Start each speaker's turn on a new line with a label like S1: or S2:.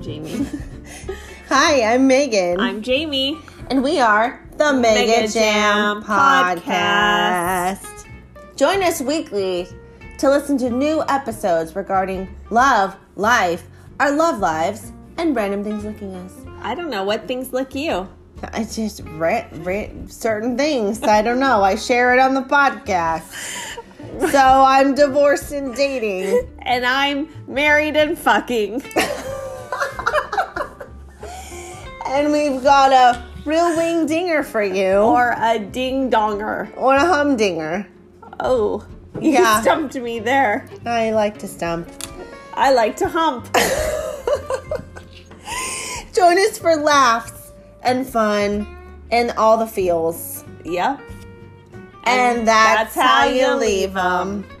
S1: Jamie.
S2: Hi, I'm Megan.
S1: I'm Jamie.
S2: and we are the Mega,
S1: Mega
S2: Jam,
S1: Jam
S2: podcast.
S1: Podcast.
S2: Join us weekly to listen to new episodes regarding love, life, our love lives, and random things looking us.
S1: I don't know what things lick you.
S2: I just rant, rant certain things. I don't know. I share it on the podcast. So I'm divorced and dating.
S1: And I'm married and fucking.
S2: and we've got a real wing dinger for you
S1: or a ding donger.
S2: or a humdinger.
S1: Oh, you
S2: Yeah.
S1: stumped me there.
S2: I like to stump.
S1: I like to hump.
S2: Join us for laughs and fun and all the feels.
S1: yep.
S2: And that's, how, you leave them.